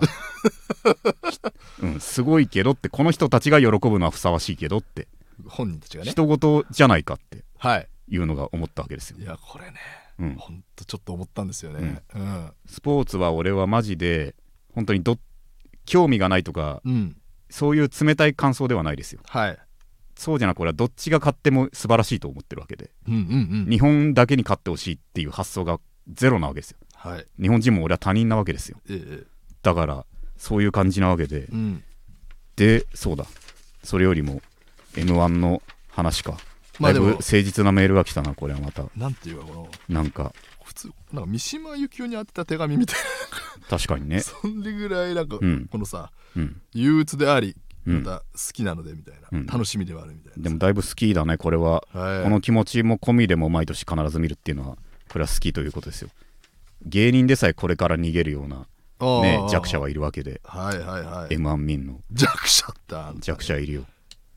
うん、すごいけどってこの人たちが喜ぶのはふさわしいけどって
本人たちがね
人事じゃないかって
はい
いうのが思ったわけですよ
いやこれね
うん、
ほんとちょっと思ったんですよね。うん。
スポーツは俺はマジで本当にど興味がないとか
うん。
そういう冷たい感想ではないですよ
はい。
そうじゃなく俺はどっちが勝っても素晴らしいと思ってるわけで
うんうんうん。
日本だけに勝ってほしいっていう発想がゼロなわけですよ
はい。
日本人も俺は他人なわけですよ
ええ。
だからそういう感じなわけで
うん。
でそうだそれよりも m 1の話か
ま
だい
あで
ぶ
も
誠実なメールが来たなこれはまた
なんていうかこの
なんか
普通なんか三島由紀夫に宛てた手紙みたい
確かに
な
ね
そんでぐらいなんか
うん
このさ
うん
憂鬱であり
う
ま
ん
た好きなのでみたいな、
うん
楽しみではあるみたいな
でもだいぶ好きだねこれは
はい、
この気持ちも込みでも毎年必ず見るっていうのはこれは好きということですよ芸人でさえこれから逃げるような、
の
ね、弱者はいるわけで
はいはいはい
m 1民の
弱者ってあんた
弱者いるよ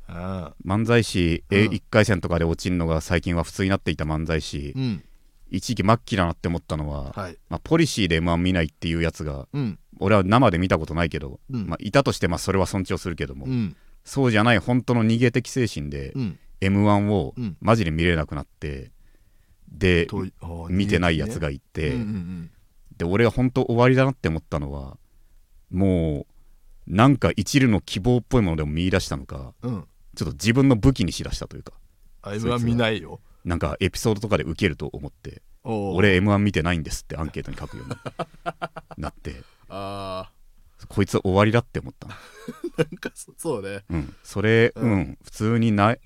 ああ
漫才師、え
うん
1回戦とかで落ちるのが最近は普通になっていた漫才師
うん
一時期末期だなって思ったのは、
はい
まあ、ポリシーで m 1見ないっていうやつが
うん
俺は生で見たことないけど、
うん
まあ、いたとしてまあそれは尊重するけども、
うん
そうじゃない本当の逃げ的精神で、
うん
m 1を
うん
マジで見れなくなってで
とああ
見てないやつがいて、
うんうん
で俺が本当終わりだなって思ったのはもうなんか一縷の希望っぽいものでも見出したのか
うんうん
ちょっと自分の武器にしだしたというか
あいは見ないよ
なんかエピソードとかで受けると思って「
おう
俺 m 1見てないんです」ってアンケートに書くよう
*laughs*
になって
あ
こいつ終わりだって思ったの
あなんかそそうね
うんそれう、
うんん
普通にな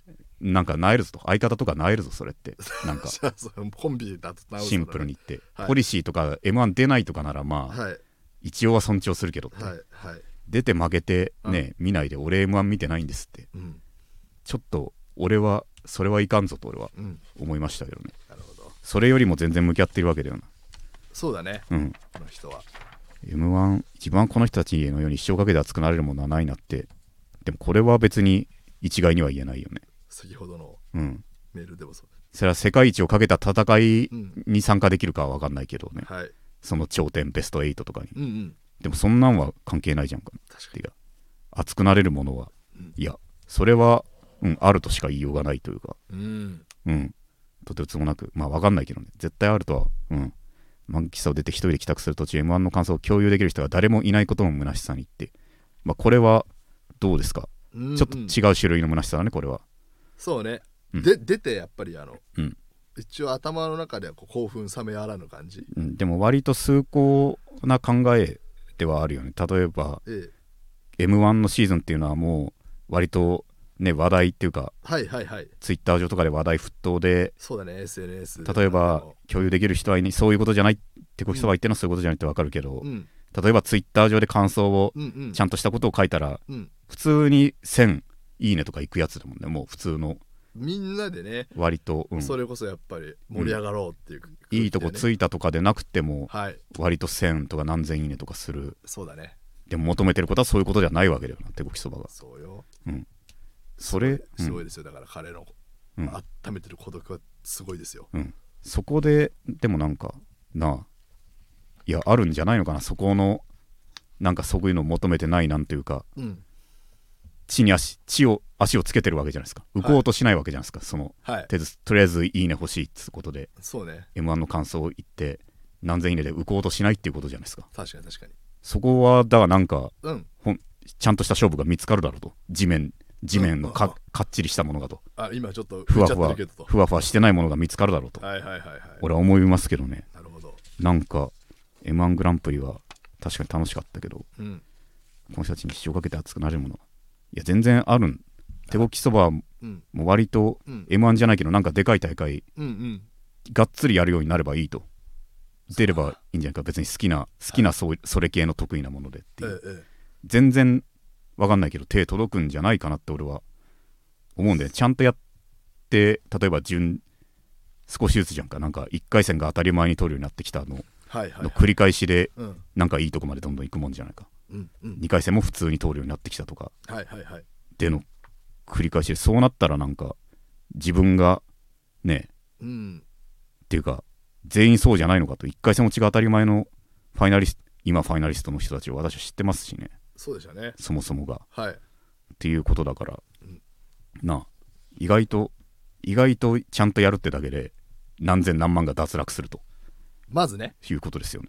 なんかなえるぞと相方とかなえるぞそれって
*laughs*
なんか
じゃあそのコンビだとなおさらね
シンプルに言って、
はい
ポリシーとか m 1出ないとかならまあ、
はい
一応は尊重するけどって、
はいはい
出て負けてね、見ないで俺 m 1見てないんですって
うん
ちょっと俺はそれはいかんぞと俺は
うん
思いましたけどね
なるほど
それよりも全然向き合ってるわけだよな
そうだね
うん
この人は
m 1一番この人たちのように一生かけて熱くなれるものはないなってでもこれは別に一概には言えないよね
先ほどの
うん
メールでもそう
それは世界一をかけた戦い
うん
に参加できるかは分かんないけどね
はい
その頂点ベスト8とかに
うんうん
でもそんなんは関係ないじゃんか
確か
てか熱くなれるものは
うん
いやそれは、うん、あるとしか言いようがないというか
にうん
うん。とてつもなく、まあ分かんないけどね、絶対あるとは、うん。満喫さを出て一人で帰宅する途中、M1 の感想を共有できる人が誰もいないことの虚しさにって、まあこれはどうですか、
うん
ちょっと
うん
違う種類の虚しさだね、これは。
そうね、
うん
で出てやっぱりあの、
うん
一応頭の中ではこう興奮冷めやらぬ感じ、
うん、でも割と崇高な考えではあるよね。例えば、
ええ、
M1 のシーズンっていうのはもう、割とね、話題っていうか、
はいはいはい
ツイッター上とかで話題沸騰で、
そうだね SNS で
例えば
あの
共有できる人はいにそういうことじゃないってこきそば言ってのはそういうことじゃないって分かるけど、
うん
例えばツイッター上で感想を
うんうん
ちゃんとしたことを書いたら
うん
普通に1000いいねとかいくやつだもんねもう普通の
みんなでね、
割と、うん
それこそやっぱり盛り上がろうっていう空気でね、
いいとこついたとかでなくても
はい
割と1000とか何千いいねとかする
そうだね
でも求めてることはそういうことじゃないわけだよな手こきそばが
そうよ
それ、う
すご
ん
いですよ、だから彼の、
うん
温めてる孤独はすごいですよ
うん、そこででもなんかなあいやあるんじゃないのかなそこのなんかそういうのを求めてないなんていうか
うん
地に足地を足をつけてるわけじゃないですか浮こうとしないわけじゃないですか、その
はい
とりあえずとりあえずいいね欲しいっつうことで
そうね
m 1の感想を言って何千いいねで浮こうとしないっていうことじゃないですか
確かに確かに
そこはだからなんか
うん
ほんちゃんとした勝負が見つかるだろうと地面地面のか,、
うんうん
かっちりしたものがと
あ今ちょっと
ふ
浮い
わ
ちゃ
ふ
って
わ
るけどと
ふわふわしてないものが見つかるだろうと
はいはいはいはい
俺は思いますけどね
なるほど
なんか m 1グランプリは確かに楽しかったけどこ
うん
の人たちに一生かけて熱くなれるものいや全然あるん手こきそばも
うん
割と
うん
m 1じゃないけどなんかでかい大会
うんうん
がっつりやるようになればいいと出ればいいんじゃないか別に好きな好きなそうそれ系の得意なものでっていう、
ええ
全然わかんないけど手届くんじゃないかなって俺は思うんでちゃんとやって例えば順少しずつじゃんかなんか1回戦が当たり前に取るようになってきたの
はいはい、
の
はい、
繰り返しで
うん
なんかいいとこまでどんどん行くもんじゃないか
うんうん
2回戦も普通に通るようになってきたとか
はいはいはい
での繰り返しでそうなったらなんか自分がね
うん
っていうか全員そうじゃないのかと一回戦落ちが当たり前のファイナリスト今ファイナリストの人たちを私は知ってますしね
そうでしたね
そもそもが
はい
っていうことだから
うん
なあ意外と意外とちゃんとやるってだけで何千何万が脱落すると
まずね
いうことですよね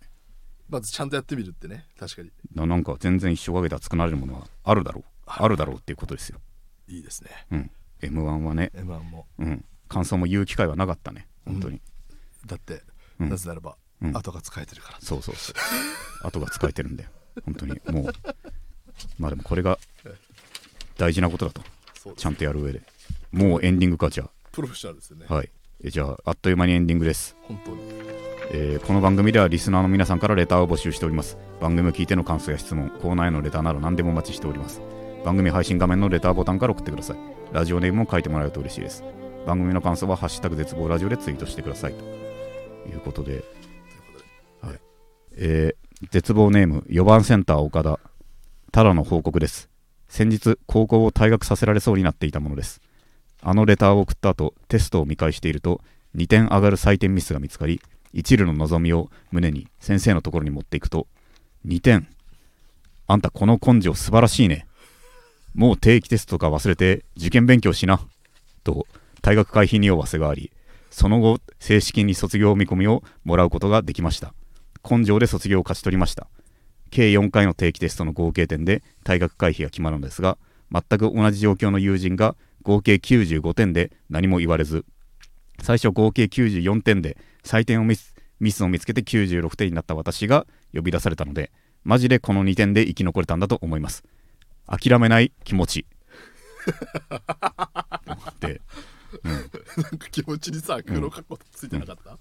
まずちゃんとやってみるってね確かに
ななんか全然一生かけて熱くなれるものはあるだろうあるだろうっていうことですよ
いいですね
うん、m 1はね、
M1 も
うん、感想も言う機会はなかったね本当に、
だって、
うん
なぜならば、
うん
後が使えてるから
そうそうそう後が使えてるんだよ本当にもうまあでもこれが大事なことだと
そうで
ち
す
ゃんとやる上でもうエンディングかじゃ
プロフェッショナルですよね、
あはいえじゃああっという間にエンディングです
本当に
えーこの番組ではリスナーの皆さんからレターを募集しております番組を聞いての感想や質問コーナーへのレターなど何でもお待ちしております番組配信画面のレターボタンから送ってくださいラジオネームも書いてもらえると嬉しいです番組の感想は「ハッシュタグ絶望ラジオ」でツイートしてくださいということで、
ということで
えー絶望ネーム4番センター岡田ただの報告です先日高校を退学させられそうになっていたものですあのレターを送った後テストを見返していると2点上がる採点ミスが見つかり一縷の望みを胸に先生のところに持っていくと2点あんたこの根性素晴らしいねもう定期テストとか忘れて受験勉強しなと退学回避におわせがありその後正式に卒業見込みをもらうことができました根性で卒業を勝ち取りました計4回の定期テストの合計点で退学回避が決まるのですが全く同じ状況の友人が合計95点で何も言われず最初合計94点で採点をミスミスを見つけて96点になった私が呼び出されたのでマジでこの2点で生き残れたんだと思います諦めない気持ちで
なんか気持ちにさ黒かっこついてなかった、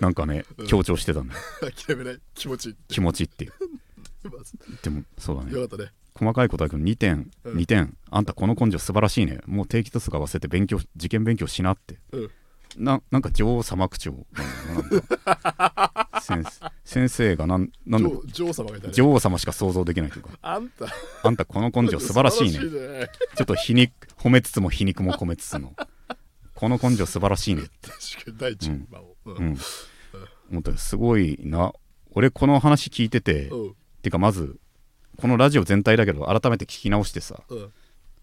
なんかね強調してたんだよ
諦めない気持ちいい
気持ちっていう
まず
でもそうだね
よかったね
細かいことだけど2点
うん
2点あんたこの根性素晴らしいねもう定期テストとか忘れて勉強受験勉強しなって
うん
ななんか女王様口調なんだよな
*laughs*
なんか先生先生がなんなんだ
女王女王様がいたね
女王様しか想像できないというか
あんた
あんたこの根性素晴ら
*laughs*
しいね
素晴らしいね
ちょっと皮肉褒めつつも皮肉も込めつつのこの根性素晴らしいね
確かに第一馬をうん
うん思ったよすごいな俺この話聞いてて
うん
てかまずこのラジオ全体だけど改めて聞き直してさ
うん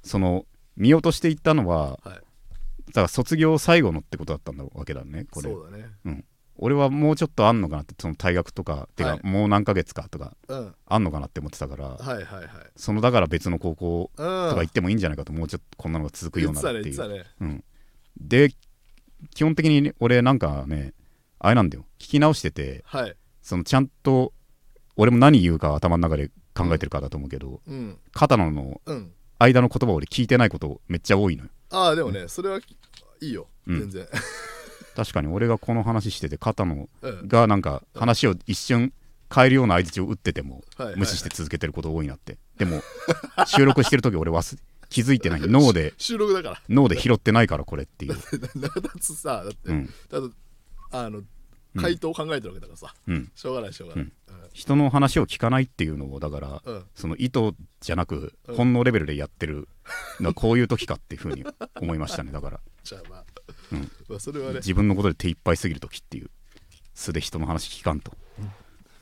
その見落としていったのは
はい
だから卒業最後のってことだったんだわけだねこれ
そうだね
うん、俺はもうちょっとあんのかなってその退学とかてか、
はい
もう何ヶ月かとか
うん
あんのかなって思ってたから、
はいはいはい
そのだから別の高校
う
と
ん
か行ってもいいんじゃないかと、もうちょっとこんなのが続くよ
言
う
っ
な
て
って
たね言
い
って
う、
たね
うん、で基本的にね俺なんかねあれなんだよ聞き直してて
はい
そのちゃんと俺も何言うか頭の中で考えてるからだと思うけど
うん
片野の
うん
間の言葉俺聞いてないことめっちゃ多いのよ
ああでもねそれはいいよ
うん
全然
確かに俺がこの話してて片野
うん
がなんか話を一瞬変えるような相槌を打ってても
はいはい
無視して続けてること多いなってでも収録してる時俺忘れ気づいてない脳で
収録だから
脳で拾ってないからこれっていう
中立さだっ
う
て
ん
ただあの回答を考えてるわけだからさ
うん
しょうがないしょうがない
人の話を聞かないっていうのをだから
うんうん
その意図じゃなく
うん
本能レベルでやってるのはこういう時かっていうふうに思いましたねだから
じゃあまあ
うん
まあそれはね
自分のことで手いっぱいすぎる時っていう素で人の話聞かんと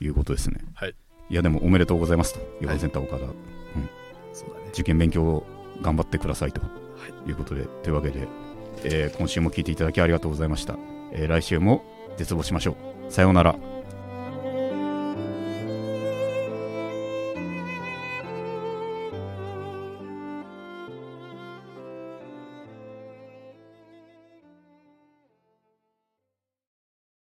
いうことですね
はい
いやでもおめでとうございますと4番センター岡田
そうだね
受験勉強を頑張ってくださいと
はい
ということで、というわけで、えー今週も聞いていただきありがとうございました。えー来週も絶望しましょう。さようなら。